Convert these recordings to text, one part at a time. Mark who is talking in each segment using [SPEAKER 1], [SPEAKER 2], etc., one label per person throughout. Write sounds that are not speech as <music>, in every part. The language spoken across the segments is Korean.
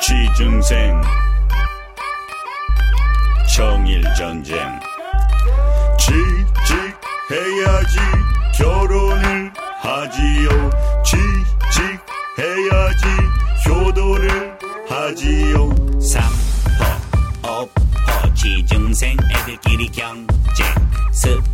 [SPEAKER 1] 취중생 정일전쟁 취직해야지 결혼을 하지요 취직해야지 효도를 하지요
[SPEAKER 2] 삼포 오포 지중생 애들끼리 경쟁 스펙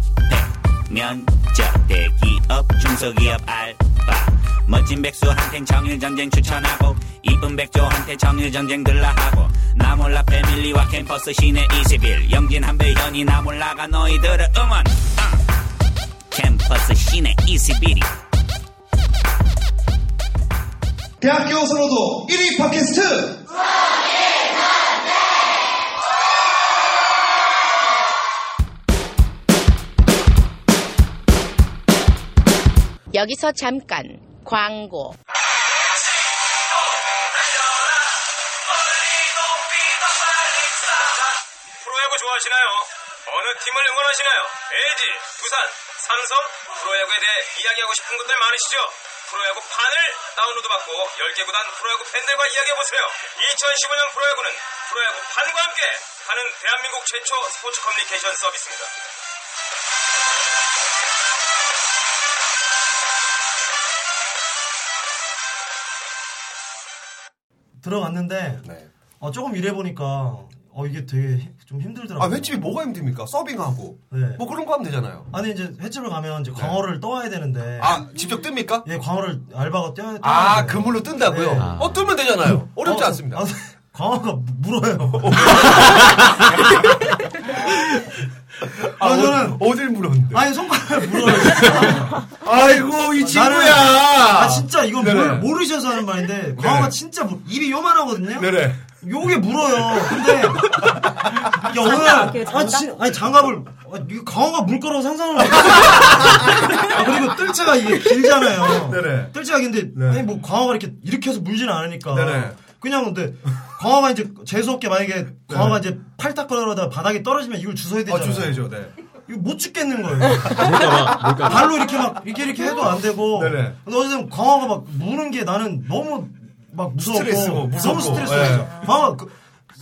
[SPEAKER 2] 면접 대기업 중소기업 알바 멋진 백수한텐 정일전쟁 추천하고 이쁜 백조한테 정일전쟁 들라하고 나몰라 패밀리와 캠퍼스 시내 21 영진 한배현이 나몰라가 너희들을 응원 응. 캠퍼스 시내 21이
[SPEAKER 3] 대학교 선호도 1위 팟캐스트
[SPEAKER 4] 여기서 잠깐 광고.
[SPEAKER 5] 프로야구 좋아하시나요? 어느 팀을 응원하시나요? LG, 두산, 삼성 프로야구에 대해 이야기하고 싶은 분들 많으시죠? 프로야구 판을 다운로드 받고 10개 구단 프로야구 팬들과 이야기해보세요. 2015년 프로야구는 프로야구 판과 함께 하는 대한민국 최초 스포츠 커뮤니케이션 서비스입니다.
[SPEAKER 6] 들어갔는데
[SPEAKER 7] 네.
[SPEAKER 6] 어, 조금 일해 보니까 어 이게 되게 히- 좀 힘들더라고요.
[SPEAKER 7] 아 횟집이 뭐가 힘듭니까? 서빙하고
[SPEAKER 6] 네.
[SPEAKER 7] 뭐 그런 거 하면 되잖아요.
[SPEAKER 6] 아니 이제 횟집을 가면 이제 광어를 떠와야 되는데
[SPEAKER 7] 네. 아 직접 뜹니까?
[SPEAKER 6] 예 광어를 알바가 떠야
[SPEAKER 7] 아 그물로 뜬다고요?
[SPEAKER 6] 네.
[SPEAKER 7] 어 뜨면 되잖아요. 어렵지 않습니다.
[SPEAKER 6] 아, <laughs> 광어가 물어요.
[SPEAKER 7] 아,
[SPEAKER 6] 아, 저는-
[SPEAKER 7] 어, 어딜 물었는데?
[SPEAKER 6] 아니 손가락을 물어요. 진짜.
[SPEAKER 7] 아이고 이
[SPEAKER 6] 나는-
[SPEAKER 7] 친구야.
[SPEAKER 6] 아 진짜 이건
[SPEAKER 7] 네네.
[SPEAKER 6] 모르, 모르셔서 하는 말인데 광어가
[SPEAKER 7] 네네.
[SPEAKER 6] 진짜 물- 입이 요만하거든요.
[SPEAKER 7] 네네.
[SPEAKER 6] 요게 물어요. 근데 야 오늘 아, 진, 아니 장갑을 아, 이 강어가 물 거라고 상상을 못했어. 아, 그리고 뜰채가 이게 길잖아요.
[SPEAKER 7] 네네.
[SPEAKER 6] 뜰채가 긴데
[SPEAKER 7] 네.
[SPEAKER 6] 아니 뭐 강어가 이렇게 이렇게 해서 물지는 않으니까.
[SPEAKER 7] 네네. 네.
[SPEAKER 6] 그냥 근데 강어가 이제 재수 없게 만약에 강어가 이제 팔딱거리다가 바닥에 떨어지면 이걸 주워야
[SPEAKER 7] 아
[SPEAKER 6] 되잖아요.
[SPEAKER 7] 주소해줘. 네.
[SPEAKER 6] 이거 못 죽겠는 거예요. 발로 이렇게 막 이렇게 이렇게 해도 안 되고.
[SPEAKER 7] 네네.
[SPEAKER 6] 근데 어쨌든 광화가 막 무는 게 나는 너무 막 무서웠고
[SPEAKER 7] 스트레스고, 무섭고.
[SPEAKER 6] 너무 스트레스
[SPEAKER 7] 예.
[SPEAKER 6] 받죠. 광화 그,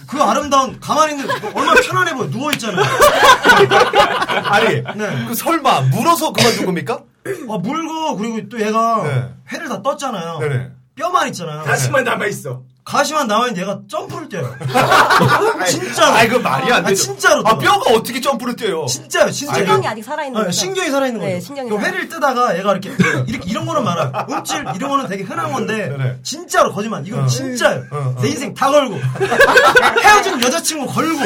[SPEAKER 6] 그 아름다운 가만히 있는 데 얼마나 편안해 보여
[SPEAKER 7] <laughs>
[SPEAKER 6] 누워 있잖아요.
[SPEAKER 7] 아니
[SPEAKER 6] 네.
[SPEAKER 7] 그 설마 물어서 그만둔 겁니까?
[SPEAKER 6] 아 물고 그리고 또 얘가
[SPEAKER 7] 네.
[SPEAKER 6] 회를 다 떴잖아요.
[SPEAKER 7] 네네.
[SPEAKER 6] 뼈만 있잖아요.
[SPEAKER 8] 다시만 남아 있어.
[SPEAKER 6] 가시만 남아있는 얘가
[SPEAKER 7] <laughs>
[SPEAKER 6] 점프를 뛰어요. 진짜로.
[SPEAKER 7] 아 이거 말이 안
[SPEAKER 6] 아,
[SPEAKER 7] 되죠.
[SPEAKER 6] 진짜로.
[SPEAKER 7] 아 뼈가 어떻게 점프를 뛰어요?
[SPEAKER 6] 진짜요, 진짜.
[SPEAKER 9] 신경이 아직 살아있는 거죠.
[SPEAKER 6] 신경이 살아있는 거죠.
[SPEAKER 9] 네, 신경이
[SPEAKER 6] 그
[SPEAKER 9] 살아-
[SPEAKER 6] 회를 뜨다가 얘가 이렇게, 이렇게 이런 거는 많아요. 움찔, 이런 거는 되게 흔한 건데,
[SPEAKER 7] 네네.
[SPEAKER 6] 진짜로 거짓말. 이건 진짜요.
[SPEAKER 7] 어, 어.
[SPEAKER 6] 내 인생 다 걸고. <laughs> 헤어진 여자친구 걸고.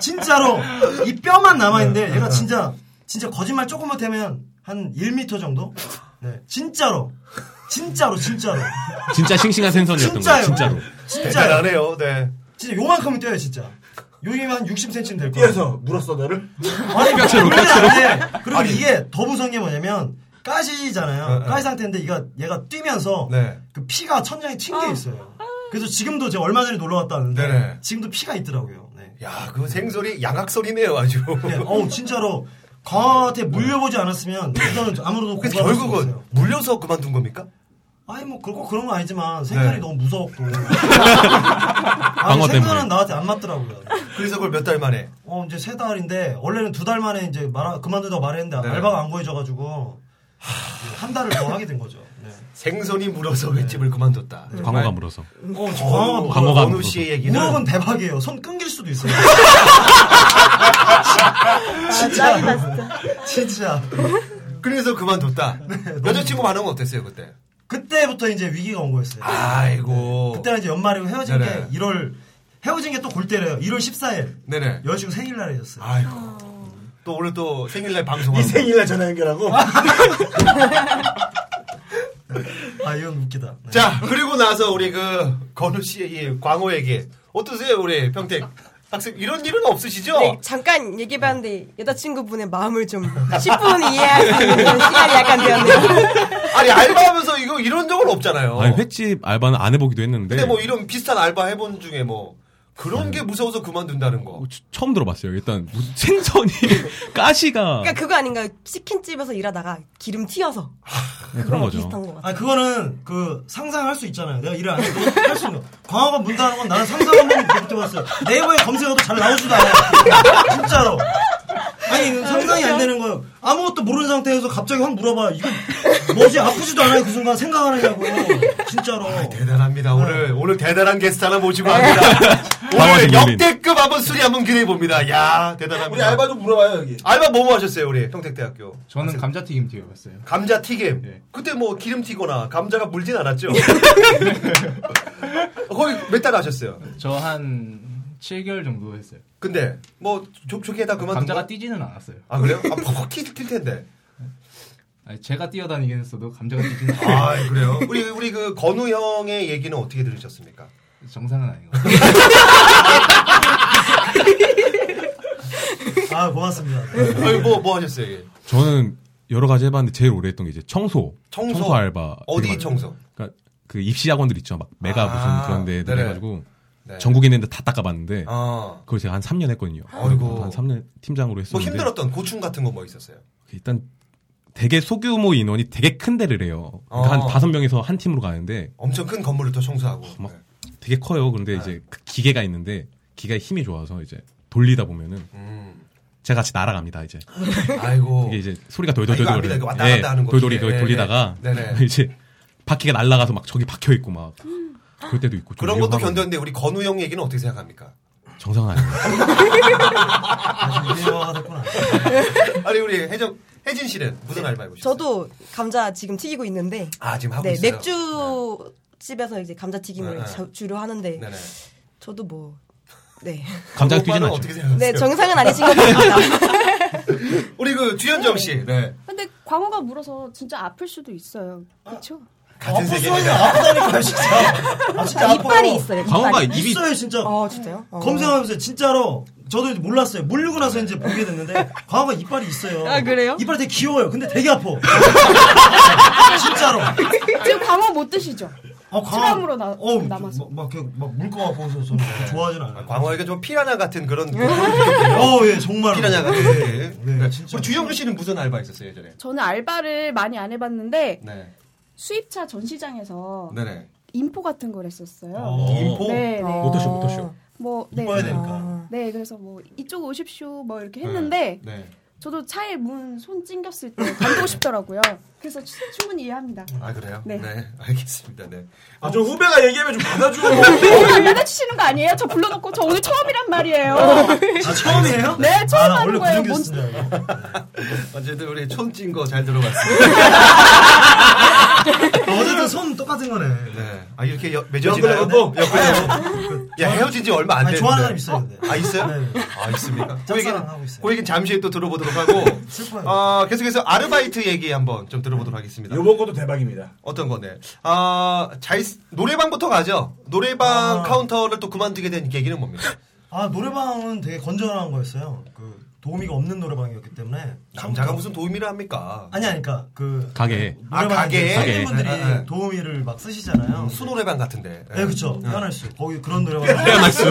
[SPEAKER 6] 진짜로. 진짜로. 이 뼈만
[SPEAKER 7] 네,
[SPEAKER 6] 남아있는데, 얘가 진짜, 진짜 거짓말 조금 못하면 한 1m 정도? 네. 진짜로. 진짜로, 진짜로.
[SPEAKER 10] 진짜 싱싱한 생선이었던 거예요.
[SPEAKER 6] 진짜요.
[SPEAKER 10] 진짜로.
[SPEAKER 6] 진짜요.
[SPEAKER 7] 대단하네요. 네.
[SPEAKER 6] 진짜 요만큼은 뛰어요, 진짜. 요기만 한 60cm는 될 거예요.
[SPEAKER 8] 뛰어서 물었어 너를.
[SPEAKER 7] 그러니까
[SPEAKER 6] 아니, 뼈채로,
[SPEAKER 7] 그렇죠.
[SPEAKER 6] 뼈채로. 그리고 이게 더 무서운 게 뭐냐면, 까지잖아요. 까지 상태인데, 얘가, 얘가 뛰면서,
[SPEAKER 7] 네.
[SPEAKER 6] 그 피가 천장에 튄 게 있어요. 그래서 지금도 제가 얼마 전에 놀러 갔다 왔는데,
[SPEAKER 7] 네네.
[SPEAKER 6] 지금도 피가 있더라고요. 네.
[SPEAKER 7] 야, 그 생소리 양악소리네요, 아주.
[SPEAKER 6] 네, 어우, 진짜로, 강한테 물려보지 않았으면, 이거는 아무로도
[SPEAKER 7] 그래서
[SPEAKER 6] 공감할 수가
[SPEAKER 7] 결국은
[SPEAKER 6] 없어요.
[SPEAKER 7] 물려서 그만둔 겁니까?
[SPEAKER 6] 아니, 뭐, 그렇고 그런 건 아니지만, 생선이
[SPEAKER 7] 네.
[SPEAKER 6] 너무
[SPEAKER 7] <laughs>
[SPEAKER 6] 무서웠고. 아니,
[SPEAKER 10] 방어 때문에.
[SPEAKER 6] 생선은 나한테 안 맞더라고요.
[SPEAKER 7] 그래서 그걸 몇 달 만에.
[SPEAKER 6] 어, 이제 세 달인데, 원래는 두 달 만에 이제 말, 그만두다고 말했는데,
[SPEAKER 7] 네.
[SPEAKER 6] 알바가 안 구해져가지고, 한 달을 더 하게 된 거죠. 네.
[SPEAKER 7] 생선이 물어서 횟집을 그만뒀다.
[SPEAKER 10] 광어가 물어서.
[SPEAKER 6] 어, 저
[SPEAKER 7] 광어가
[SPEAKER 6] 광어가
[SPEAKER 10] 광어가
[SPEAKER 7] 어느
[SPEAKER 10] 물어서.
[SPEAKER 7] 씨의 얘기는
[SPEAKER 6] 무역은 대박이에요. 손 끊길 수도 있어요.
[SPEAKER 9] <laughs> 진짜. 아, 짱이다, 진짜.
[SPEAKER 6] 진짜.
[SPEAKER 7] 그래서 그만뒀다. 여자친구 반응은 어땠어요 그때?
[SPEAKER 6] 그때부터 이제 위기가 온 거였어요.
[SPEAKER 7] 아이고.
[SPEAKER 6] 그때는 이제 연말이고 헤어진
[SPEAKER 7] 네네.
[SPEAKER 6] 게 1월, 헤어진 게 또 골때려요. 1월 14일.
[SPEAKER 7] 네네.
[SPEAKER 6] 여자친구 생일날 헤어졌어요.
[SPEAKER 7] 아이고. 또 오늘 또 생일날
[SPEAKER 8] 이
[SPEAKER 7] 방송하고.
[SPEAKER 8] 생일날
[SPEAKER 6] <laughs>
[SPEAKER 8] 전화 연결하고.
[SPEAKER 6] 아, 이건 웃기다. 네.
[SPEAKER 7] 자 그리고 나서 우리 그 건우 씨의 이 광호 얘기 어떠세요 우리 평택 학생 이런 일은 없으시죠? <laughs>
[SPEAKER 9] 네, 잠깐 얘기해봤는데 여자친구분의 마음을 좀 10분 이해할 수 있는 시간이 약간 되었네요.
[SPEAKER 7] 아니 알바하면서 이거 이런 적은 없잖아요.
[SPEAKER 11] 어.
[SPEAKER 10] 아니 횟집 알바는 안 해보기도 했는데.
[SPEAKER 7] 근데 뭐 이런 비슷한 알바 해본 중에 뭐 그런 게 무서워서 그만둔다는 거.
[SPEAKER 10] 어, 처- 처음 들어봤어요. 일단 무슨 생선이 <laughs> 가시가
[SPEAKER 9] 그러니까 그거 아닌가요? 치킨집에서 일하다가 기름 튀어서
[SPEAKER 10] 네, 그런 거죠.
[SPEAKER 9] 비슷한 것 같아.
[SPEAKER 6] 아 그거는 그 상상할 수 있잖아요. 내가 일을 안 해도 할 수 있는 거. 광화가 문 닫는 건 나는 상상 한 번도 못 해봤어요. 네이버에 검색어도 잘 나오지도 않아요. 진짜로. 아니 이거 상상이 안 되는 거예요. 아무것도 모르는 상태에서 갑자기 확 물어봐. 이거 뭐지 아프지도 않아요. 그 순간 생각하느냐고. 진짜로.
[SPEAKER 7] 대단합니다. 오늘 오늘 대단한 게스트 하나 모시고 합니다. 오늘
[SPEAKER 10] 방어진 연민.
[SPEAKER 7] 역대급 한번 수리 한번 기대해 봅니다. 야 대단합니다.
[SPEAKER 8] 우리 알바 좀 물어봐요 여기.
[SPEAKER 7] 알바 뭐뭐 하셨어요 우리 평택대학교?
[SPEAKER 11] 저는 감자튀김 튀겨봤어요.
[SPEAKER 7] 감자 튀김.
[SPEAKER 11] 예.
[SPEAKER 7] 그때 뭐 기름 튀거나 감자가 물진 않았죠. <laughs> 거의 몇 달 하셨어요.
[SPEAKER 10] 네.
[SPEAKER 11] 저 한 7개월 정도 했어요.
[SPEAKER 7] 근데 뭐 조, 좋게 하다 그만.
[SPEAKER 11] 감자가 튀지는 않았어요.
[SPEAKER 7] 아 그래요? 아 퍽퍽 튀- 튈 텐데.
[SPEAKER 11] 아니, 제가 뛰어다니긴 했어도 감자가 튀지는 <laughs> 않았어요.
[SPEAKER 7] 아 그래요? 우리 우리 그 건우 형의 얘기는 어떻게 들으셨습니까?
[SPEAKER 11] 정상은 아닌 것 같아요.
[SPEAKER 6] 아 고맙습니다.
[SPEAKER 8] 네.
[SPEAKER 7] 뭐뭐 뭐 하셨어요? 이게?
[SPEAKER 10] 저는 여러 가지 해봤는데 제일 오래 했던 게 이제 청소.
[SPEAKER 7] 청소?
[SPEAKER 10] 알바.
[SPEAKER 7] 어디
[SPEAKER 10] 되게 많이-
[SPEAKER 7] 청소?
[SPEAKER 10] 그러니까 그 입시 학원들 있죠. 막 메가
[SPEAKER 7] 아,
[SPEAKER 10] 무슨 그런 데들
[SPEAKER 7] 네네.
[SPEAKER 10] 해가지고
[SPEAKER 7] 네.
[SPEAKER 10] 전국에 있는 데 다 닦아봤는데
[SPEAKER 11] 어.
[SPEAKER 7] 아.
[SPEAKER 10] 그걸 제가 한 3년 했거든요.
[SPEAKER 7] 아이고.
[SPEAKER 10] 한 3년 팀장으로
[SPEAKER 7] 뭐
[SPEAKER 10] 했었는데
[SPEAKER 7] 힘들었던 고충 같은 거 뭐 있었어요?
[SPEAKER 10] 그 일단 되게 소규모 인원이 되게 큰 데를 해요. 그러니까
[SPEAKER 7] 어.
[SPEAKER 10] 한 다섯 명에서 한 팀으로 가는데
[SPEAKER 7] 엄청 큰 건물을 또 청소하고.
[SPEAKER 10] 아,
[SPEAKER 7] 네.
[SPEAKER 10] 막 되게 커요. 그런데 이제 그 기계가 있는데 기계에 힘이 좋아서 이제 돌리다 보면은
[SPEAKER 7] 음.
[SPEAKER 10] 제가 같이 날아갑니다 이제
[SPEAKER 7] 어.
[SPEAKER 10] <laughs>
[SPEAKER 7] 아이고.
[SPEAKER 10] 이게 이제 소리가
[SPEAKER 7] 이거
[SPEAKER 10] 돌돌돌돌 네,
[SPEAKER 7] 압니다. 이거 왔다 갔다 하는 거.
[SPEAKER 10] 돌돌이
[SPEAKER 7] 기계.
[SPEAKER 10] 돌리다가
[SPEAKER 7] 네네.
[SPEAKER 10] <laughs> 이제 바퀴가 날아가서 막 저기 박혀 있고 막 그럴 때도 있고 좀
[SPEAKER 7] 그런 것도
[SPEAKER 10] 위험하거든요.
[SPEAKER 7] 견뎠는데 우리 건우 형 얘기는 어떻게 생각합니까?
[SPEAKER 10] 정상은 아니에요.
[SPEAKER 12] 아,
[SPEAKER 6] 다시 이해가 됐구나.
[SPEAKER 7] <laughs> 아니 우리 해적 혜진 씨는 무슨
[SPEAKER 12] 네.
[SPEAKER 7] 알바 해보셨어요?
[SPEAKER 9] 저도 감자 지금 튀기고 있는데
[SPEAKER 7] 아 지금 하고
[SPEAKER 9] 네,
[SPEAKER 7] 있어요.
[SPEAKER 9] 맥주 집에서 이제 감자튀김을
[SPEAKER 7] 네, 네.
[SPEAKER 9] 자- 주로 하는데
[SPEAKER 7] 네네.
[SPEAKER 9] 저도 뭐 네.
[SPEAKER 10] 감자
[SPEAKER 7] 건우
[SPEAKER 10] 뛰진
[SPEAKER 7] 오빠는
[SPEAKER 10] 않죠.
[SPEAKER 7] 어떻게 생각하세요?
[SPEAKER 9] 네, 정상은 아니신 것 같습니다.
[SPEAKER 7] 우리 그 주현정 씨. 네.
[SPEAKER 12] 근데 광어가 물어서 진짜 아플 수도 있어요. 그렇죠?
[SPEAKER 7] 같은
[SPEAKER 6] 아프소요.
[SPEAKER 7] 세계입니다.
[SPEAKER 6] 아프다니까요 진짜. 아 진짜 아파요.
[SPEAKER 9] 이빨이 있어요.
[SPEAKER 10] 광어가
[SPEAKER 9] 이빨이.
[SPEAKER 10] 입이
[SPEAKER 6] 있어요 진짜.
[SPEAKER 9] 어, 진짜요? 어.
[SPEAKER 6] 검색하면서 진짜로 저도 이제 몰랐어요. 물리고 나서 이제 보게 됐는데 광어가 이빨이 있어요.
[SPEAKER 9] 아, 그래요?
[SPEAKER 6] 이빨이 되게 귀여워요. 근데 되게
[SPEAKER 12] <laughs>
[SPEAKER 6] 아파. 진짜로.
[SPEAKER 12] 지금 광어 못 드시죠?
[SPEAKER 6] 어,
[SPEAKER 12] 트라우마로 나-
[SPEAKER 6] 어,
[SPEAKER 12] 남아서.
[SPEAKER 6] 막, 막, 이렇게 막 물것 같아서 저는 그렇게 좋아하진
[SPEAKER 7] <laughs>
[SPEAKER 6] 않아요.
[SPEAKER 7] 광어에게 좀 피라냐 같은
[SPEAKER 12] <laughs>
[SPEAKER 7] 그런
[SPEAKER 6] 어, 예, 정말.
[SPEAKER 7] 피라냐 같은. 네.
[SPEAKER 6] 네, 진짜.
[SPEAKER 7] 우리 주현정 씨는 무슨 알바 있었어요 예전에?
[SPEAKER 12] 저는 알바를 많이 안 해봤는데
[SPEAKER 7] 네.
[SPEAKER 12] 수입차 전시장에서
[SPEAKER 7] 네네.
[SPEAKER 12] 인포 같은 걸 했었어요.
[SPEAKER 7] 인포.
[SPEAKER 12] 네, 네.
[SPEAKER 10] 못하셔 못하셔.
[SPEAKER 12] 뭐, 네.
[SPEAKER 6] 이뻐야 되니까.
[SPEAKER 12] 네, 그래서 뭐 이쪽 오십시오 뭐 이렇게 했는데
[SPEAKER 7] 네. 네.
[SPEAKER 12] 저도 차에 문 손 찡겼을 때 감고 싶더라고요. 그래서 추- 충분히 이해합니다.
[SPEAKER 7] 아 그래요?
[SPEAKER 12] 네.
[SPEAKER 7] 알겠습니다. 네.
[SPEAKER 8] 아 좀 후배가 얘기하면 좀 받아줘.
[SPEAKER 12] 오늘
[SPEAKER 9] 네.
[SPEAKER 12] 안 받아주시는 네. 거 아니에요? 저 불러놓고 저 오늘 처음이란 말이에요.
[SPEAKER 6] 아, 처음이에요?
[SPEAKER 12] 네, 처음
[SPEAKER 6] 아, 나
[SPEAKER 12] 하는
[SPEAKER 6] 원래
[SPEAKER 12] 거예요.
[SPEAKER 6] 구정기 쓰는 줄 알고.
[SPEAKER 7] <laughs> 어쨌든 우리 촌찐 거 잘 들어봤습니다.
[SPEAKER 6] 어쨌든 손 똑같은 거네. 아, 네.
[SPEAKER 7] 네. 아 이렇게 여-
[SPEAKER 8] 옆으로
[SPEAKER 7] 맺어지나요?
[SPEAKER 8] 또.
[SPEAKER 7] 옆으로. 야 헤어진 지 얼마 안
[SPEAKER 6] 아니,
[SPEAKER 7] 됐는데.
[SPEAKER 6] 좋아하는 사람 있어요, 근데.
[SPEAKER 7] 아 있어요?
[SPEAKER 6] 네.
[SPEAKER 7] 아 있습니까? 그 얘기는-
[SPEAKER 6] 짝사랑하고 있어요.
[SPEAKER 7] 그 얘기는 잠시 후에 또 들어보도록 하고.
[SPEAKER 6] <laughs> 슬퍼요.
[SPEAKER 7] 아 계속해서 아르바이트 얘기 한번 좀 들어보도록 하겠습니다.
[SPEAKER 8] 요번 것도 대박입니다.
[SPEAKER 7] 어떤 거네? 아, 자이 노래방부터 가죠. 노래방
[SPEAKER 6] 아.
[SPEAKER 7] 카운터를 또 그만두게 된 계기는 뭡니까?
[SPEAKER 6] 아, 노래방은 되게 건전한 거였어요. 그, 도우미가 없는 노래방이었기 때문에.
[SPEAKER 7] 남자가 무슨 도움이라 합니까?
[SPEAKER 6] 아니, 아니, 그니까, 그.
[SPEAKER 10] 가게.
[SPEAKER 7] 그러니까. 아, 가게에?
[SPEAKER 6] 손님분들이
[SPEAKER 7] 가게에. 아, 음. 아.
[SPEAKER 6] 도우미를 막 쓰시잖아요.
[SPEAKER 7] 수노래방 같은데.
[SPEAKER 6] 네, 그쵸. 뼈날수. 거기
[SPEAKER 7] <laughs>
[SPEAKER 6] 그런 노래방. <laughs> 뼈날수.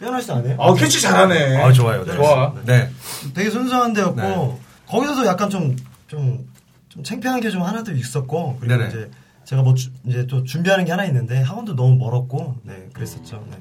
[SPEAKER 6] 뼈날수 안 해요?
[SPEAKER 8] 아 캐치 잘하네.
[SPEAKER 7] 아, 좋아요. 네.
[SPEAKER 11] 좋아.
[SPEAKER 7] 네.
[SPEAKER 6] 되게 순수한 데였고,
[SPEAKER 7] 네.
[SPEAKER 6] 거기서도 약간 좀, 좀, 좀 창피한 게 좀 하나도 있었고, 그리고
[SPEAKER 7] 네네.
[SPEAKER 6] 이제 제가 뭐, 주- 이제 또 준비하는 게 하나 있는데, 학원도 너무 멀었고, 네, 그랬었죠. 네.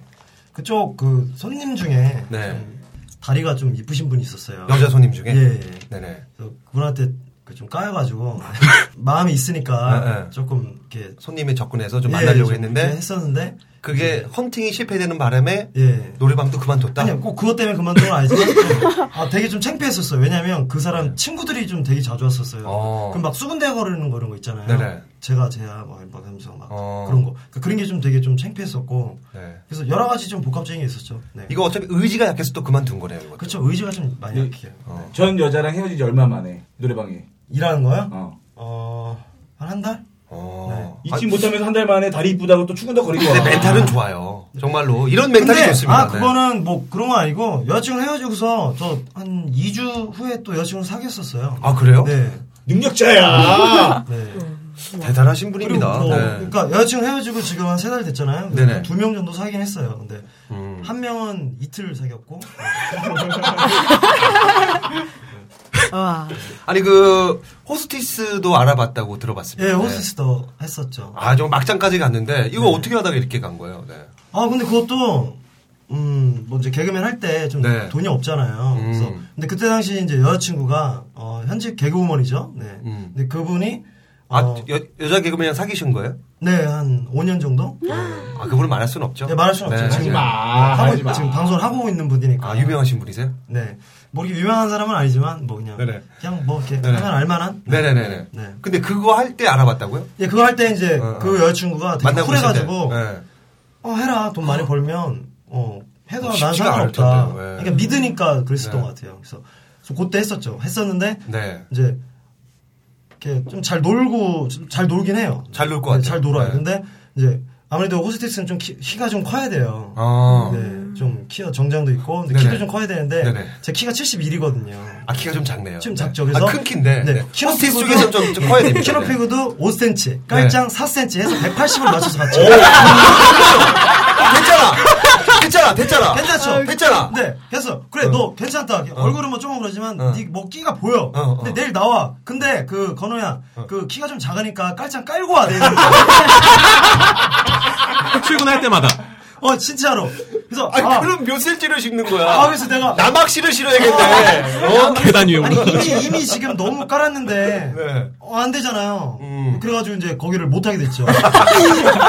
[SPEAKER 6] 그쪽 그 손님 중에
[SPEAKER 7] 음. 네.
[SPEAKER 6] 좀 다리가 좀 이쁘신 분이 있었어요.
[SPEAKER 7] 여자 손님 중에.
[SPEAKER 6] 예, 예.
[SPEAKER 7] 네네. 아.
[SPEAKER 6] 그래서 그분한테 그좀 까여가지고 <laughs> 마음이
[SPEAKER 7] 네,
[SPEAKER 6] 있으니까
[SPEAKER 7] 네.
[SPEAKER 6] 조금 이렇게
[SPEAKER 7] 손님이 접근해서 좀
[SPEAKER 6] 예,
[SPEAKER 7] 만나려고
[SPEAKER 6] 좀 이렇게
[SPEAKER 7] 했는데
[SPEAKER 6] 했었는데
[SPEAKER 7] 그게 헌팅이 실패되는 바람에
[SPEAKER 6] 예
[SPEAKER 7] 노래방도 그만뒀다.
[SPEAKER 6] 아니 꼭 그것 때문에 그만둔 건 아니지만
[SPEAKER 7] <laughs>
[SPEAKER 6] 좀, 아 되게 좀 창피했었어요 왜냐하면 그 사람 친구들이 좀 되게 자주 왔었어요
[SPEAKER 7] 네. 어.
[SPEAKER 6] 그럼 막 수군대 거리는 거 이런 거 있잖아요
[SPEAKER 7] 네네.
[SPEAKER 6] 제가 제가 막 하면서 막
[SPEAKER 7] 어.
[SPEAKER 6] 그런 거 그러니까 그런 게 좀 되게 좀 창피했었고
[SPEAKER 7] 네.
[SPEAKER 6] 그래서 여러 가지 좀 복합적인 게 있었죠 네.
[SPEAKER 7] 이거 어차피 의지가 약해서 또 그만둔 거네요. 이것도.
[SPEAKER 6] 그렇죠 의지가 좀 많이 약해요 네.
[SPEAKER 7] 어.
[SPEAKER 11] 네. 전 여자랑 헤어진 지 얼마 만에 노래방에.
[SPEAKER 6] 일하는 거요
[SPEAKER 11] 어.
[SPEAKER 6] 어한 한 달?
[SPEAKER 7] 어.
[SPEAKER 6] 네.
[SPEAKER 11] 잊지 못하면서 한 달 만에 다리 이쁘다고 또 추근덕 거리고 와.
[SPEAKER 7] 근데 멘탈은 좋아요. 정말로 이런 멘탈이
[SPEAKER 6] 근데
[SPEAKER 7] 좋습니다.
[SPEAKER 6] 아
[SPEAKER 7] 네.
[SPEAKER 6] 그거는 뭐 그런 건 아니고 여자친구 헤어지고서 저 한 2주 후에 또 여자친구 사귀었었어요.
[SPEAKER 7] 아, 그래요?
[SPEAKER 6] 네.
[SPEAKER 11] 능력자야.
[SPEAKER 6] 네.
[SPEAKER 7] 대단하신
[SPEAKER 6] 그리고
[SPEAKER 7] 분입니다.
[SPEAKER 6] 뭐,
[SPEAKER 7] 네.
[SPEAKER 6] 그러니까 여자친구 헤어지고 지금 한 세 달 됐잖아요.
[SPEAKER 7] 네네.
[SPEAKER 6] 두 명 정도 사귀긴 했어요. 근데
[SPEAKER 7] 음. 아,
[SPEAKER 6] 한 명은 이틀 사귀었고
[SPEAKER 9] 네.
[SPEAKER 7] 아니 그 호스티스도 알아봤다고 들어봤습니다. 네.
[SPEAKER 6] 예, 호스티스도 네. 했었죠.
[SPEAKER 7] 아, 저 막장까지 갔는데 이거 어떻게 하다가 이렇게 간 거예요? 네.
[SPEAKER 6] 아 근데 그것도 음뭐 이제 개그맨 할 때 좀
[SPEAKER 7] 네.
[SPEAKER 6] 돈이 없잖아요. 그래서 근데 그때 당시 이제 여자친구가 어, 현직 개그우먼이죠. 네. 근데 그분이
[SPEAKER 7] 음.
[SPEAKER 6] 어,
[SPEAKER 7] 아, 여, 여자 개그맨 사귀신 거예요?
[SPEAKER 6] 네한 5년 정도.
[SPEAKER 7] 아, 그분을 말할 수는 없죠.
[SPEAKER 6] 네, 말할 수는 없죠. 지금 하고 있- 지금 방송을 하고 있는 분이니까.
[SPEAKER 7] 아, 유명하신 분이세요?
[SPEAKER 6] 네. 뭐 이렇게 유명한 사람은 아니지만 뭐 그냥 그냥 뭐 이렇게
[SPEAKER 7] 네네.
[SPEAKER 6] 하면 알만한.
[SPEAKER 7] 네네네.
[SPEAKER 6] 네.
[SPEAKER 7] 근데 그거 할 때 알아봤다고요?
[SPEAKER 6] 예, 그거 할 때 이제 그 여자친구가 되게
[SPEAKER 7] 어, 만나고 있을 때.
[SPEAKER 6] 쿨해가지고
[SPEAKER 7] 네.
[SPEAKER 6] 어 해라 돈 많이 벌면 어 해도
[SPEAKER 7] 어,
[SPEAKER 6] 난
[SPEAKER 7] 쉽지가 않을
[SPEAKER 6] 상관없다.
[SPEAKER 7] 텐데, 예. 왜.
[SPEAKER 6] 그러니까 믿으니까 그랬었던
[SPEAKER 7] 네.
[SPEAKER 6] 것 같아요. 그래서, 그래서 그때 했었죠. 했었는데
[SPEAKER 7] 네.
[SPEAKER 6] 이제 이렇게 좀 잘 놀고 좀잘 놀긴 해요.
[SPEAKER 7] 잘 놀 것
[SPEAKER 6] 네,
[SPEAKER 7] 같아요.
[SPEAKER 6] 잘 놀아요.
[SPEAKER 7] 네.
[SPEAKER 6] 근데 이제 아무래도 호스티스는 좀 키, 키가 좀 커야 돼요.
[SPEAKER 7] 아.
[SPEAKER 6] 네, 좀 키가 정장도 있고 근데
[SPEAKER 7] 네네.
[SPEAKER 6] 키도 좀 커야 되는데
[SPEAKER 7] 네네.
[SPEAKER 6] 제 키가 71이거든요.
[SPEAKER 7] 아, 키가 좀 작네요.
[SPEAKER 6] 좀
[SPEAKER 7] 네.
[SPEAKER 6] 작죠. 그래서
[SPEAKER 7] 아, 큰 키인데. 네. 호스티스
[SPEAKER 6] 키로피그도-
[SPEAKER 7] 쪽에서 좀, 좀 커야 됩니다. 네. <laughs>
[SPEAKER 6] 키로피그도 5cm, 깔짱 4cm 해서 180을 맞춰서 갔죠.
[SPEAKER 7] 됐잖아, 됐잖아.
[SPEAKER 6] 괜찮죠?
[SPEAKER 7] 어, 됐잖아. 어.
[SPEAKER 6] 네. 그래서 그래 너 괜찮다. 얼굴은 뭐 조금 그러지만 네뭐 끼가
[SPEAKER 7] 어,
[SPEAKER 6] 보여. 근데 내일 나와. 근데 그 건호야 그 키가 좀 작으니까 깔창 깔고
[SPEAKER 7] <laughs>
[SPEAKER 6] 와 내일.
[SPEAKER 10] 출근할 때마다.
[SPEAKER 6] 어 진짜로. 그래서
[SPEAKER 7] 아, 그럼 몇 센치를 씹는 거야?
[SPEAKER 6] 아, 그래서 내가 아.
[SPEAKER 7] 나막실을 실어야겠네. 어?
[SPEAKER 10] 계단 위에
[SPEAKER 6] 아니
[SPEAKER 10] 올라가서.
[SPEAKER 6] 이미 이미 지금 너무 깔았는데
[SPEAKER 7] 네.
[SPEAKER 6] 어, 안 되잖아요.
[SPEAKER 7] 음.
[SPEAKER 6] 그래가지고 이제 거기를 못 하게 됐죠.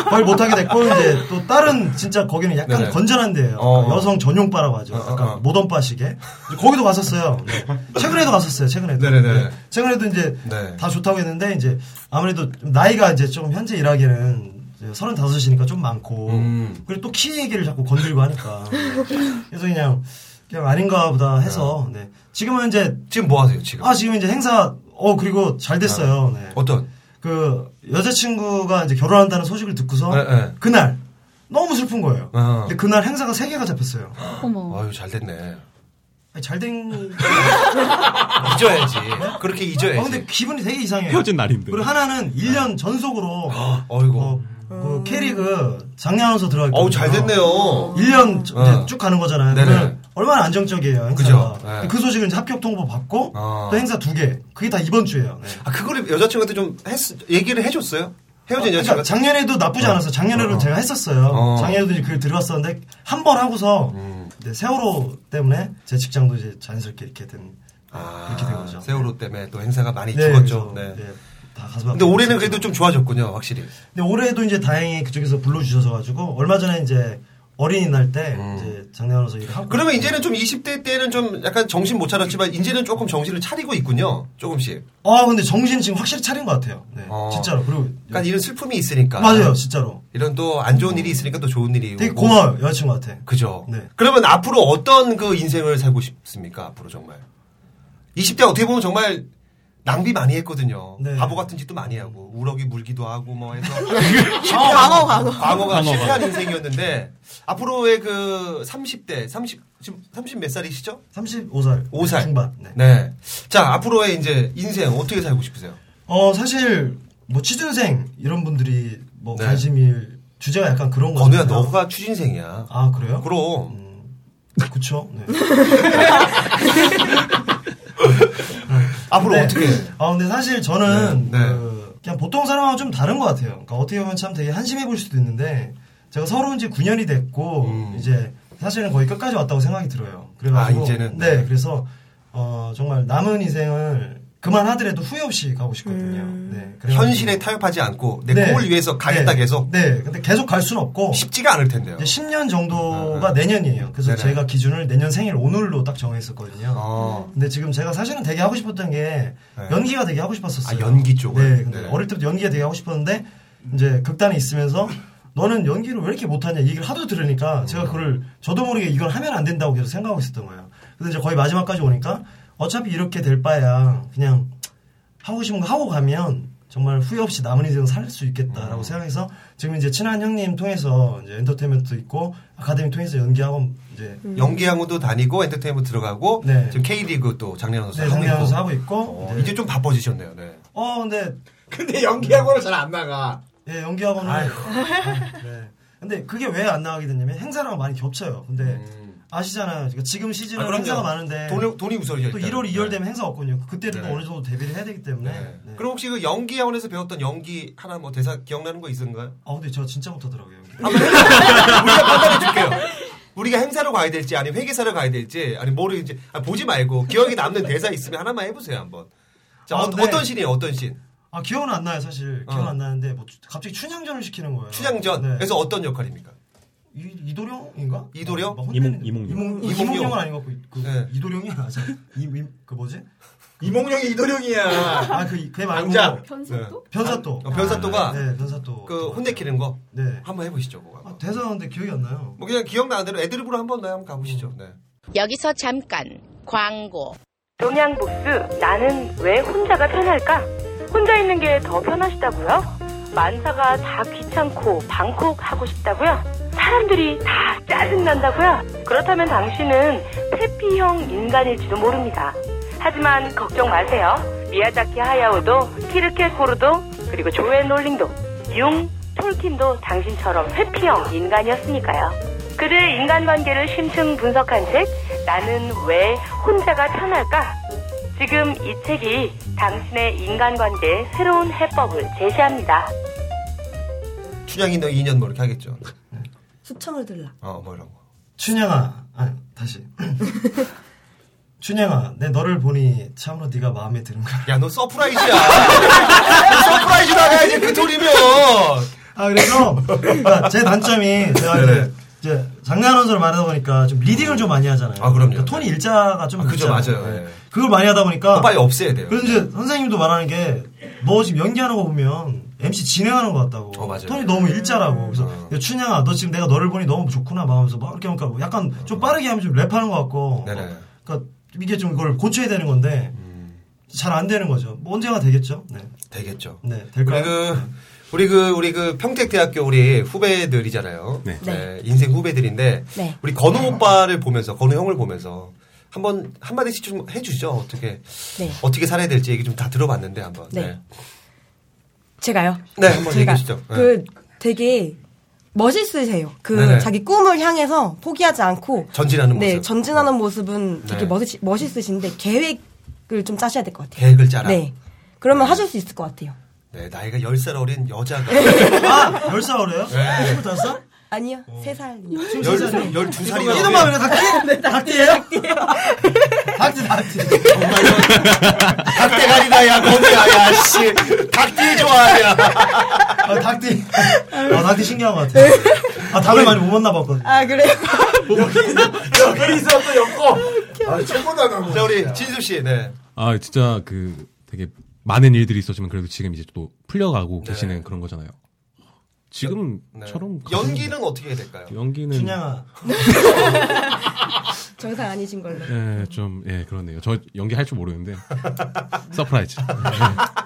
[SPEAKER 6] 거의 못 하게 됐고 이제 또 다른 진짜 거기는 약간
[SPEAKER 7] 네네.
[SPEAKER 6] 건전한 데예요.
[SPEAKER 7] 어.
[SPEAKER 6] 여성 전용 바라고 하죠. 약간 모던 바식에 이제 거기도 갔었어요. 네. 최근에도 갔었어요. 최근에도.
[SPEAKER 7] 네네네.
[SPEAKER 6] 네. 최근에도 이제
[SPEAKER 7] 네.
[SPEAKER 6] 다 좋다고 했는데 이제 아무래도 좀 나이가 이제 좀 현재 일하기는. 35이니까 좀 많고
[SPEAKER 7] 음.
[SPEAKER 6] 그리고 또 키 얘기를 자꾸 건들고 하니까 그래서 그냥 그냥 아닌가 보다 해서 네. 지금은 이제
[SPEAKER 7] 지금 뭐 하세요, 지금?
[SPEAKER 6] 아 지금 이제 행사 어 그리고 잘 됐어요.
[SPEAKER 7] 아.
[SPEAKER 6] 네.
[SPEAKER 7] 어떤?
[SPEAKER 6] 그 여자친구가 이제 결혼한다는 소식을 듣고서
[SPEAKER 7] 네, 네.
[SPEAKER 6] 그날 너무 슬픈 거예요.
[SPEAKER 7] 어.
[SPEAKER 6] 근데 그날 행사가 세 개가 잡혔어요.
[SPEAKER 12] 어머.
[SPEAKER 7] 아유, 잘 됐네.
[SPEAKER 6] 잘된
[SPEAKER 7] 잊어야지. 그렇게 잊어야지.
[SPEAKER 6] 아, 근데 기분이 되게 이상해요.
[SPEAKER 7] 헤어진 날인데.
[SPEAKER 6] 그리고 하나는
[SPEAKER 7] 네.
[SPEAKER 6] 1년 전속으로
[SPEAKER 7] 어이구.
[SPEAKER 6] 그 캐리그 장례하면서 들어갈 거예요.
[SPEAKER 7] 아, 어우, 잘 됐네요.
[SPEAKER 6] 1년 쭉-
[SPEAKER 7] 어.
[SPEAKER 6] 쭉 가는 거잖아요.
[SPEAKER 7] 네네.
[SPEAKER 6] 그러면 얼마나 안정적이에요. 행사가.
[SPEAKER 7] 그죠. 네.
[SPEAKER 6] 그 소식을 이제 합격 통보 받고
[SPEAKER 7] 어.
[SPEAKER 6] 또 행사 두 개. 그게 다 이번 주예요. 네.
[SPEAKER 7] 아, 그거를 여자친구한테 좀 했, 얘기를 해줬어요? 헤어진
[SPEAKER 6] 어,
[SPEAKER 7] 여자친구.
[SPEAKER 6] 그러니까 작년에도 나쁘지 않았어. 요 작년에도 제가 했었어요.
[SPEAKER 7] 어. 음.
[SPEAKER 6] 작년에도 이제 그걸 들어갔었는데 한 번 하고서 이제 세월호 때문에 제 직장도 이제 자연스럽게 이렇게 된 이렇게 된 거죠.
[SPEAKER 7] 아, 세월호 때문에 또 행사가 많이
[SPEAKER 6] 네,
[SPEAKER 7] 죽었죠.
[SPEAKER 6] 그래서,
[SPEAKER 7] 네.
[SPEAKER 6] 네, 다 가슴
[SPEAKER 7] 근데
[SPEAKER 6] 아프게
[SPEAKER 7] 올해는
[SPEAKER 6] 했었죠.
[SPEAKER 7] 그래도 좀 좋아졌군요, 확실히.
[SPEAKER 6] 근데 올해도 이제 다행히 그쪽에서 불러주셔서 가지고 얼마 전에 이제 어린이날 때 이제 장례하면서 일을 하고
[SPEAKER 7] 음. 그러면 이제는 좀 20대 때는 좀 약간 정신 못 차렸지만 이제는 조금 정신을 차리고 있군요. 조금씩.
[SPEAKER 6] 아 근데 정신 지금 확실히 차린 것 같아요. 네,
[SPEAKER 7] 어.
[SPEAKER 6] 진짜로 그리고
[SPEAKER 7] 약간 이런 슬픔이 있으니까.
[SPEAKER 6] 맞아요, 진짜로.
[SPEAKER 7] 이런 또 안 좋은 일이 있으니까 또 좋은 일이
[SPEAKER 6] 되게
[SPEAKER 7] 오고.
[SPEAKER 6] 고마워요 여자친구한테.
[SPEAKER 7] 그죠.
[SPEAKER 6] 네.
[SPEAKER 7] 그러면 앞으로 어떤 그 인생을 살고 싶습니까? 앞으로 정말. 20대 어떻게 보면 정말 낭비 많이 했거든요.
[SPEAKER 6] 네.
[SPEAKER 7] 바보 같은 짓도 많이 하고 우럭이 물기도 하고 뭐
[SPEAKER 6] <laughs>
[SPEAKER 7] 해서
[SPEAKER 6] 어,
[SPEAKER 7] 실패한-
[SPEAKER 9] 광어, 광어.
[SPEAKER 7] 광어가
[SPEAKER 9] 광어,
[SPEAKER 7] 실패한
[SPEAKER 9] 광어.
[SPEAKER 7] 인생이었는데 앞으로의 그 30대 30 지금 30 몇 살이시죠?
[SPEAKER 6] 35살.
[SPEAKER 7] 5살
[SPEAKER 6] 중반.
[SPEAKER 7] 네. 자 앞으로의 이제 인생 어떻게 살고 싶으세요?
[SPEAKER 6] 어 사실 뭐 취준생 이런 분들이 뭐
[SPEAKER 7] 네.
[SPEAKER 6] 관심일 주제가 약간 그런 거죠.
[SPEAKER 7] 건우야 너가 추진생이야.
[SPEAKER 6] 아 그래요?
[SPEAKER 7] 그럼.
[SPEAKER 6] 그쵸. 네.
[SPEAKER 7] <laughs> 앞으로 어떻게 해요?
[SPEAKER 6] 아 근데 사실 저는
[SPEAKER 7] 네, 네.
[SPEAKER 6] 그 그냥 보통 사람하고 좀 다른 것 같아요. 그러니까 어떻게 보면 참 되게 한심해 보일 수도 있는데 제가 서러운 지 9년이 됐고 이제 사실은 거의 끝까지 왔다고 생각이 들어요.
[SPEAKER 7] 음.
[SPEAKER 6] 그래가지고
[SPEAKER 7] 아, 이제는?
[SPEAKER 6] 네 그래서 어, 정말 남은 인생을 그만하더라도 후회 없이 가고 싶거든요. 네. 그래가지고-
[SPEAKER 7] 현실에 타협하지 않고 내
[SPEAKER 6] 네.
[SPEAKER 7] 꿈을 위해서 가겠다
[SPEAKER 6] 네.
[SPEAKER 7] 계속.
[SPEAKER 6] 네. 근데 계속 갈 수는 없고
[SPEAKER 7] 쉽지가 않을 텐데요. 아,
[SPEAKER 6] 이제 10년 정도가 내년이에요. 그래서
[SPEAKER 7] 네네.
[SPEAKER 6] 제가 기준을 내년 생일 오늘로 딱 정했었거든요.
[SPEAKER 7] 어.
[SPEAKER 6] 근데 지금 제가 사실은 되게 하고 싶었던 게
[SPEAKER 7] 네.
[SPEAKER 6] 연기가 되게 하고 싶었었어요.
[SPEAKER 7] 아, 연기 쪽을?
[SPEAKER 6] 네. 근데
[SPEAKER 7] 네.
[SPEAKER 6] 어릴 때부터 연기가 되게 하고 싶었는데 이제 극단에 있으면서 너는 연기를 왜 이렇게 못하냐 이 얘기를 하도 들으니까 제가 그걸 저도 모르게 이건 하면 안 된다고 계속 생각하고 있었던 거예요. 근데 이제 거의 마지막까지 오니까 어차피 이렇게 될 바야 그냥 하고 싶은 거 하고 가면 정말 후회 없이 남은 인생 살 수
[SPEAKER 7] 음.
[SPEAKER 6] 있겠다라고 생각해서 지금 이제 친한 형님 통해서 이제 엔터테인먼트 있고 아카데미 통해서 연기하고 이제
[SPEAKER 7] 연기학원도 다니고 엔터테인먼트 들어가고
[SPEAKER 6] 음. 네.
[SPEAKER 7] 지금 K리그 또 장례하는 선수
[SPEAKER 6] 네, 장례하는 하고 있고
[SPEAKER 7] 어, 이제 좀 바빠지셨네요. 네.
[SPEAKER 6] 어 근데
[SPEAKER 13] 근데 연기학원은 잘 안 나가.
[SPEAKER 6] 예 연기하고는 아, 네. 근데 그게 왜 안 나가게 됐냐면 행사랑 많이 겹쳐요. 근데 아시잖아요. 그러니까 지금
[SPEAKER 7] 음.
[SPEAKER 6] 시즌은
[SPEAKER 7] 아, 그럼요.
[SPEAKER 6] 행사가 많은데
[SPEAKER 7] 돈을- 돈이 우선이죠,
[SPEAKER 6] 또
[SPEAKER 7] 일단은.
[SPEAKER 6] 1월, 2월 되면
[SPEAKER 7] 네.
[SPEAKER 6] 행사 없거든요. 그때는
[SPEAKER 7] 네.
[SPEAKER 6] 또 어느 정도 대비를 해야 되기 때문에. 네.
[SPEAKER 7] 그럼 혹시 그 연기 학원에서 배웠던 연기 하나 뭐 대사 기억나는 거 있었나요?
[SPEAKER 6] 아 근데 저 진짜 못하더라고요.
[SPEAKER 7] 우리가 판단해 줄게요. 우리가 행사로 가야 될지 아니면 회계사로 가야 될지 아니 뭐를 이제 아, 보지 말고 기억에 남는 대사 있으면 하나만 해보세요 한번. 자
[SPEAKER 6] 아,
[SPEAKER 7] 어,
[SPEAKER 6] 네.
[SPEAKER 7] 어떤 신이에요? 어떤 신?
[SPEAKER 6] 아 기억은 안 나요 사실. 기억은
[SPEAKER 7] 어.
[SPEAKER 6] 안 나는데 뭐 추- 갑자기 춘향전을 시키는
[SPEAKER 8] 아,
[SPEAKER 6] 거예요.
[SPEAKER 7] 춘향전.
[SPEAKER 6] 네.
[SPEAKER 7] 그래서 어떤 역할입니까?
[SPEAKER 6] 이, 이도령인가?
[SPEAKER 7] 이도령?
[SPEAKER 6] 막 혼내는-
[SPEAKER 7] 이몽- 이몽룡.
[SPEAKER 6] 이몽,
[SPEAKER 7] 이몽룡. 네.
[SPEAKER 6] 이몽룡은 아닌 것 같고 그 이도령이 맞아. 이그 뭐지?
[SPEAKER 8] 이몽룡이 이도령이야.
[SPEAKER 7] <laughs>
[SPEAKER 6] 아그걔 말고
[SPEAKER 7] 남자.
[SPEAKER 6] 변사또?
[SPEAKER 7] 네.
[SPEAKER 6] 변사또.
[SPEAKER 7] 어, 변사또가
[SPEAKER 6] 네, 변사또.
[SPEAKER 7] 그 혼내키는 거.
[SPEAKER 6] 네.
[SPEAKER 7] 한번 해보시죠. 그거
[SPEAKER 8] 아,
[SPEAKER 7] 한번.
[SPEAKER 6] 대사 근데 기억이 안 나요.
[SPEAKER 7] 뭐 그냥 기억나는 대로 애드립으로 한번 네, 한번
[SPEAKER 8] 음.
[SPEAKER 7] 가보시죠. 네.
[SPEAKER 4] 여기서 잠깐 광고.
[SPEAKER 14] 영양국수 나는 왜 혼자가 편할까? 혼자 있는 게 더 편하시다고요? 만사가 다 귀찮고 방콕하고 싶다고요? 사람들이 다 짜증난다고요? 그렇다면 당신은 회피형 인간일지도 모릅니다. 하지만 걱정 마세요. 미야자키 하야오도 키르케코르도 그리고 조앤 롤링도 융, 톨킨도 당신처럼 회피형 인간이었으니까요. 그들의 인간관계를 심층 분석한 책 나는 왜 혼자가 편할까? 지금 이 책이 당신의 인간관계의 새로운 해법을 제시합니다.
[SPEAKER 7] 춘향이 너 2년 뭐 이렇게 하겠죠.
[SPEAKER 9] 수청을 들라.
[SPEAKER 7] 어 뭐 이런 거.
[SPEAKER 6] 춘향아, 아니 <laughs> 다시. 춘향아, 내 너를 보니 참으로 네가 마음에 드는 거야.
[SPEAKER 7] 야,
[SPEAKER 8] <laughs>
[SPEAKER 7] 너 서프라이즈야. 서프라이즈 나가야지 그 돈이면.
[SPEAKER 6] 아 그래서 그러니까 제 단점이 제가
[SPEAKER 7] 네.
[SPEAKER 6] 이제, 이제 장난 아나운서를 말하다 보니까 좀 리딩을 좀 많이 하잖아요. 아 그럼요. 톤이 일자가 좀
[SPEAKER 7] 그죠
[SPEAKER 6] 있잖아요. 네.
[SPEAKER 7] 맞아요. 예.
[SPEAKER 6] 그걸 많이 하다 보니까
[SPEAKER 7] 빨리 없애야 돼요. 네.
[SPEAKER 6] 그래서 이제 선생님도 말하는 게 너 지금 연기하는 거 보면 MC 진행하는 것 같다고.
[SPEAKER 7] 어,
[SPEAKER 6] 톤이 너무 일자라고. 그래서 야, 춘향아, 너 지금 내가 너를 보니 너무 좋구나 막 하면서 막 이렇게 하니까 뭐 약간
[SPEAKER 7] 어.
[SPEAKER 6] 좀 빠르게 하면 좀 랩하는 것 같고. 그러니까 이게 좀 이걸 고쳐야 되는 건데
[SPEAKER 7] 음.
[SPEAKER 6] 잘 안 되는 거죠. 뭐 언제가 되겠죠. 네.
[SPEAKER 7] 되겠죠.
[SPEAKER 6] 네, 될까요? <laughs>
[SPEAKER 7] 우리 그 우리 그 우리 그 평택대학교 우리 후배들이잖아요. 네. 인생 후배들인데
[SPEAKER 9] 네.
[SPEAKER 7] 우리 건우 오빠를 보면서 건우 형을 보면서 한번 한마디씩 좀 해주죠. 어떻게
[SPEAKER 9] 네.
[SPEAKER 7] 어떻게 살아야 될지 얘기 좀 다 들어봤는데 한번.
[SPEAKER 9] 네. 제가요?
[SPEAKER 7] 네, 한번
[SPEAKER 9] 제가
[SPEAKER 7] 얘기해주시죠. 네.
[SPEAKER 9] 그 되게 멋있으세요. 그
[SPEAKER 7] 네네.
[SPEAKER 9] 자기 꿈을 향해서 포기하지 않고
[SPEAKER 7] 전진하는
[SPEAKER 9] 네,
[SPEAKER 7] 모습.
[SPEAKER 9] 전진하는 모습은 되게
[SPEAKER 7] 네.
[SPEAKER 9] 멋있, 멋있으신데 계획을 좀 짜셔야 될 것 같아요.
[SPEAKER 7] 계획을 짜라.
[SPEAKER 9] 네. 그러면 하실 수 있을 것 같아요.
[SPEAKER 7] 네, 나이가 10살 어린 여자가.
[SPEAKER 6] 아, 10살 어려요?
[SPEAKER 7] 네.
[SPEAKER 6] 25살?
[SPEAKER 9] 아니요,
[SPEAKER 7] 어.
[SPEAKER 9] 3살.
[SPEAKER 7] 열- 12살이라고.
[SPEAKER 6] 이놈 봐, 그냥 네, 닭띠? <laughs> 닭띠예요?
[SPEAKER 7] 닭대가리다, 야, 거기야, 야, 씨. 닭띠 좋아, 야.
[SPEAKER 6] 아, 닭띠. 아, 닭띠 신기한 것 같아요. 아,
[SPEAKER 7] 네.
[SPEAKER 6] 닭을 많이 못 만나봤거든요.
[SPEAKER 9] 아, 그래요? <laughs>
[SPEAKER 8] 여기서 또 엮어. 아, 최고다, 나
[SPEAKER 7] 자, 우리 진수 씨, 네.
[SPEAKER 10] 아 진짜 그 되게 많은 일들이 있었지만 그래도 지금 이제 또 풀려가고
[SPEAKER 7] 네.
[SPEAKER 10] 계시는 그런 거잖아요. 지금처럼 가는
[SPEAKER 7] 연기는 어떻게 해야 될까요?
[SPEAKER 10] 연기는
[SPEAKER 6] 춘향아.
[SPEAKER 9] 정상 아니신 걸로.
[SPEAKER 10] 예, 좀, 예, 그렇네요. 저 연기할 줄 모르는데. <laughs> 서프라이즈.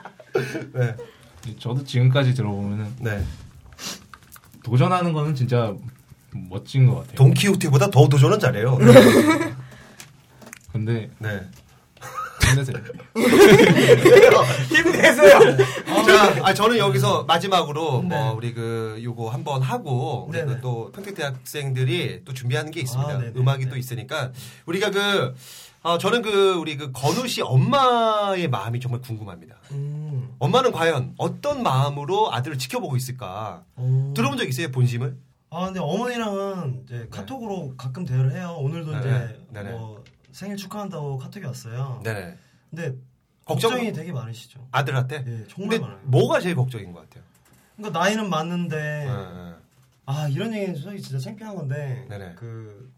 [SPEAKER 7] <laughs> 네.
[SPEAKER 11] 저도 지금까지 들어보면은 도전하는 거는 진짜 멋진 것 같아요.
[SPEAKER 7] 돈키호테보다 더 도전은 잘해요.
[SPEAKER 11] 근데
[SPEAKER 7] 네.
[SPEAKER 11] 힘내세요.
[SPEAKER 7] 힘내세요. 자, 아, 저는 여기서 마지막으로 뭐 우리 그 요거 한번 하고 우리 그또 평택 대학생들이 또 준비하는 게 있습니다. 음악이 또 있으니까 우리가 그 아, 저는 그 우리 그 건우 씨 엄마의 마음이 정말 궁금합니다.
[SPEAKER 6] 음.
[SPEAKER 7] 엄마는 과연 어떤 마음으로 아들을 지켜보고 있을까? 들어본 적 있어요 본심을?
[SPEAKER 6] 음. 아, 근데 어머니랑은 이제 카톡으로 가끔 대화를 해요. 오늘도 이제
[SPEAKER 7] 네. 네네.
[SPEAKER 6] 뭐 생일 축하한다고 카톡이 왔어요.
[SPEAKER 7] 네네.
[SPEAKER 6] 근데
[SPEAKER 7] 걱정-
[SPEAKER 6] 걱정이 되게 많으시죠.
[SPEAKER 7] 아들한테?
[SPEAKER 6] 네, 정말 많아요.
[SPEAKER 7] 뭐가 제일 걱정인 것 같아요?
[SPEAKER 6] 그러니까 나이는
[SPEAKER 7] 네.
[SPEAKER 6] 맞는데 아 이런 얘기는 솔직히 진짜 창피한 건데
[SPEAKER 7] 네,
[SPEAKER 6] 그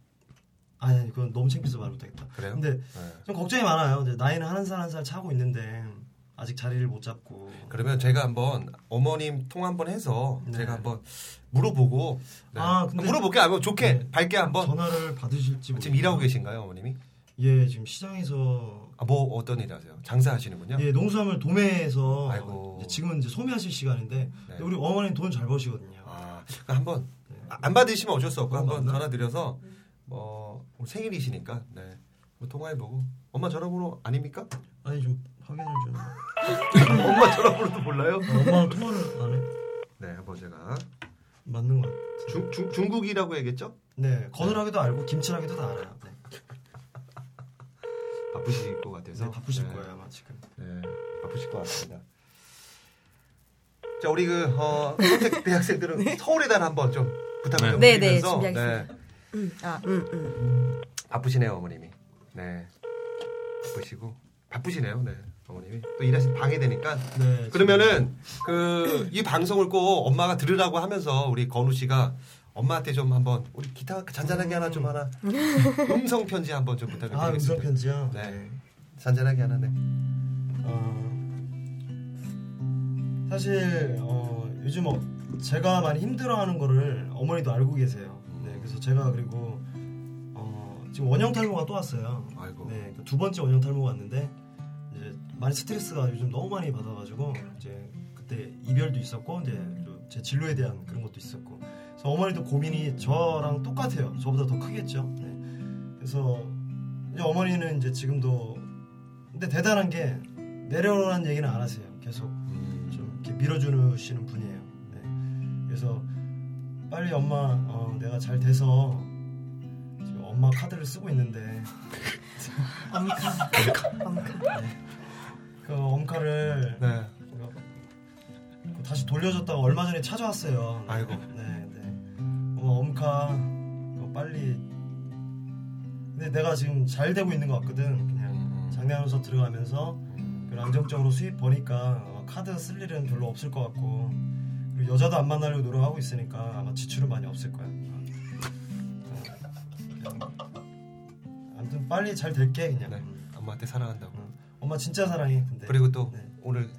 [SPEAKER 6] 아니 아니, 그건 너무 창피해서 말 못하겠다.
[SPEAKER 7] 그래요?
[SPEAKER 6] 근데
[SPEAKER 7] 네.
[SPEAKER 6] 좀 걱정이 많아요. 이제 나이는 한 살 한 살 차고 있는데 아직 자리를 못 잡고
[SPEAKER 7] 그러면 제가 한번 어머님 통화 한번 해서 제가 한번 물어보고 네.
[SPEAKER 6] 네. 아, 근데- 네.
[SPEAKER 7] 물어볼게요. 한번 좋게 밝게 한번
[SPEAKER 6] 전화를 받으실지
[SPEAKER 7] 지금 일하고 계신가요, 어머님이?
[SPEAKER 6] 예 지금 시장에서
[SPEAKER 7] 아, 뭐 어떤 일 하세요? 장사하시는군요.
[SPEAKER 6] 예 농수산물 도매해서 이제 지금은 이제 소매하실 시간인데 근데 우리 어머님 돈 잘 버시거든요.
[SPEAKER 7] 네. 아, 그러니까 한번 아, 안 받으시면 어쩔 수 없고 한번 전화 드려서 뭐 오늘 생일이시니까 네. 뭐 통화해보고 엄마 전화번호 아닙니까? <laughs>
[SPEAKER 6] 아니 좀 확인을 좀
[SPEAKER 7] 엄마 전화번호도 몰라요?
[SPEAKER 6] 어. 아, 엄마랑 통화를 안 해.
[SPEAKER 7] 네, 한번 제가
[SPEAKER 6] 맞는 것 같아요.
[SPEAKER 7] 중, 중, 중국이라고 얘기했죠?
[SPEAKER 6] 네, 거느라기도 알고 김치라기도 다 알아요. 네.
[SPEAKER 7] 바쁘실 것 같아서.
[SPEAKER 6] 네, 바쁘실 거예요, 아마 지금.
[SPEAKER 7] 네, 바쁘실 것 같습니다. 자, 우리 그, 어, 선택 <laughs> 대학생들은 서울에 대한 한번 좀 부탁을 좀
[SPEAKER 9] 네, 네,
[SPEAKER 7] 드리면서.
[SPEAKER 9] 준비하겠습니다. 음, 아, 음, 음.
[SPEAKER 7] 바쁘시네요, 어머님이. 네. 바쁘시고. 바쁘시네요, 네. 어머님이. 또 일하시 방해되니까.
[SPEAKER 6] 네.
[SPEAKER 7] 그러면은, 그, 이 방송을 꼭 엄마가 들으라고 하면서 우리 건우 씨가 엄마한테 좀 한번 우리 기타 잔잔하게 하나
[SPEAKER 9] 음.
[SPEAKER 7] 좀
[SPEAKER 9] <laughs>
[SPEAKER 7] 하나 음성 편지 한번 좀 부탁을
[SPEAKER 6] 아,
[SPEAKER 7] 드리겠습니다.
[SPEAKER 6] 음성 편지요.
[SPEAKER 7] 네. 잔잔하게 하나 네.
[SPEAKER 6] 어, 사실 어, 요즘 어, 제가 많이 힘들어하는 거를 어머니도 알고 계세요. 네, 그래서 제가 그리고 어, 지금 원형 탈모가 또 왔어요. 네, 그두 번째 원형 탈모가 왔는데 이제 많이 스트레스가 요즘 너무 많이 받아가지고 이제 그때 이별도 있었고 이제 좀제 진로에 대한 그런 것도 있었고 그래서 어머니도 고민이 저랑 똑같아요. 저보다 더 크겠죠. 네. 그래서 이제 어머니는 이제 지금도 근데 대단한 게 내려오라는 얘기는 안 하세요. 계속 좀 이렇게 밀어주시는 분이에요. 네. 그래서 빨리 엄마 어, 내가 잘 돼서 지금 엄마 카드를 쓰고 있는데
[SPEAKER 9] <laughs> 엄카. 엄카.
[SPEAKER 6] 그 엄카를 다시 돌려줬다가 얼마 전에 찾아왔어요. 아이고. 네, 네. 어머 엄카 이거 빨리. 근데 내가 지금 잘 되고 있는 것 같거든. 그냥 장례하면서 들어가면서 그 안정적으로 수입 버니까 아마 카드 쓸 일은 별로 없을 것 같고 그리고 여자도 안 만나려고 노력하고 있으니까 아마 지출은 많이 없을 거야. 네. 아무튼 빨리 잘 될게 그냥.
[SPEAKER 7] 네,
[SPEAKER 6] 음.
[SPEAKER 7] 엄마한테 사랑한다고.
[SPEAKER 6] 엄마 진짜 사랑해. 근데.
[SPEAKER 7] 그리고 또 오늘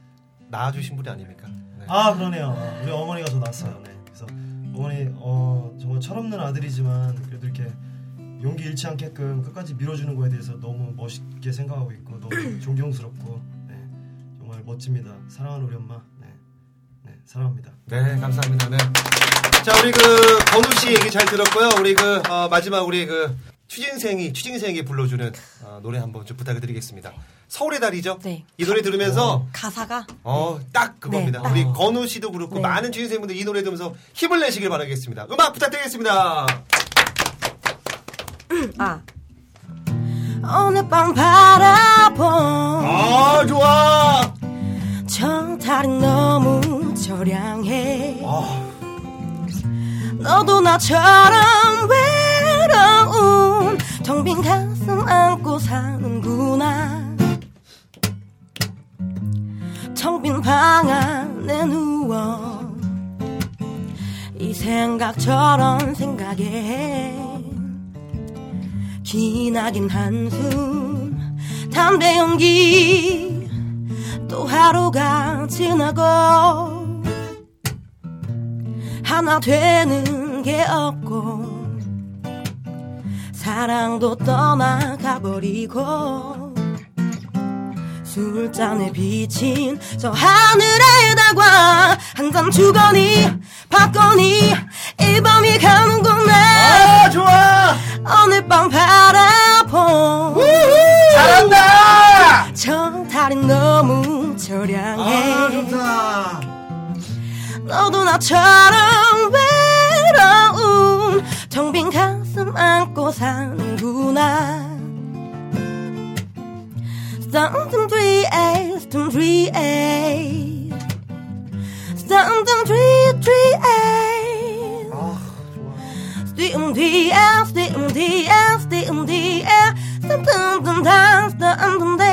[SPEAKER 7] 낳아주신 분이 아닙니까? 네.
[SPEAKER 6] 아 그러네요. 어, 우리 어머니가 저 낳았어요. 네. 그래서 어머니 어, 정말 철없는 아들이지만 그래도 이렇게 용기 잃지 않게끔 끝까지 밀어주는 거에 대해서 너무 멋있게 생각하고 있고 너무 존경스럽고 네. 정말 멋집니다. 사랑하는 우리 엄마. 네, 네 사랑합니다.
[SPEAKER 7] 네, 감사합니다. 네. 자, 우리 그 건우 씨 얘기 잘 들었고요. 우리 그 어, 마지막 우리 그 취진생이 취진생이 불러주는 어, 노래 한번 좀 부탁드리겠습니다. 서울의 달이죠? 이 노래 들으면서
[SPEAKER 9] 네. 가사가
[SPEAKER 7] 어, 딱 그겁니다. 우리 건우 씨도 그렇고 많은 취준생분들 이 노래 들으면서 힘을 내시길 바라겠습니다. 음악 부탁드리겠습니다.
[SPEAKER 9] 아. 오늘 밤 바라본 아
[SPEAKER 7] 좋아
[SPEAKER 9] 정탈이 너무
[SPEAKER 7] 아.
[SPEAKER 9] 저량해 너도 나처럼 외로운 텅 빈 가슴 안고 사는구나 텅 빈 방 안에 누워 이 생각 저런 생각에 기나긴 한숨 담배 연기 또 하루가 지나고 하나 되는 게 없고 사랑도 떠나가버리고 술잔에 비친 저 하늘의 달과 한잔 주거니 받거니 이 밤이 가는구나 아
[SPEAKER 7] 좋아
[SPEAKER 9] 오늘 밤 바라본
[SPEAKER 7] 잘한다
[SPEAKER 9] 정탈이 너무 저량해
[SPEAKER 6] 아, 좋다.
[SPEAKER 9] 너도 나처럼 외로운 텅 빈 가슴 안고 사는구나 쌍둥 3A 쌍둥 3A 쌍둥 3A 쌍둥 3A 쌍둥 3A 쌍둥 3A 쌍둥 다 쌍둥 대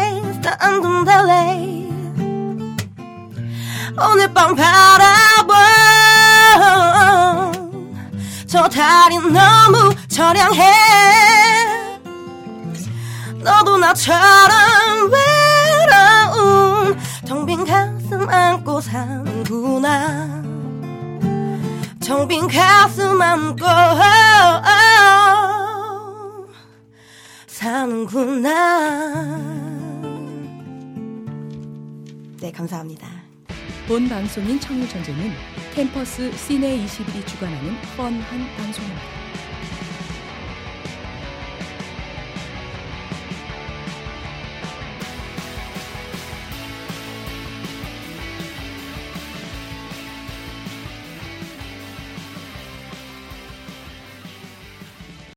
[SPEAKER 9] 쌍둥 달래 오늘 밤 바라봐 저 달이 너무 저량해 너도 나처럼 외로운 텅 빈 가슴 안고 사는구나 텅 빈 가슴 안고 사는구나 네 감사합니다
[SPEAKER 15] 본 방송인 청일전쟁은 캠퍼스 시내 21이 주관하는 뻔한 방송입니다.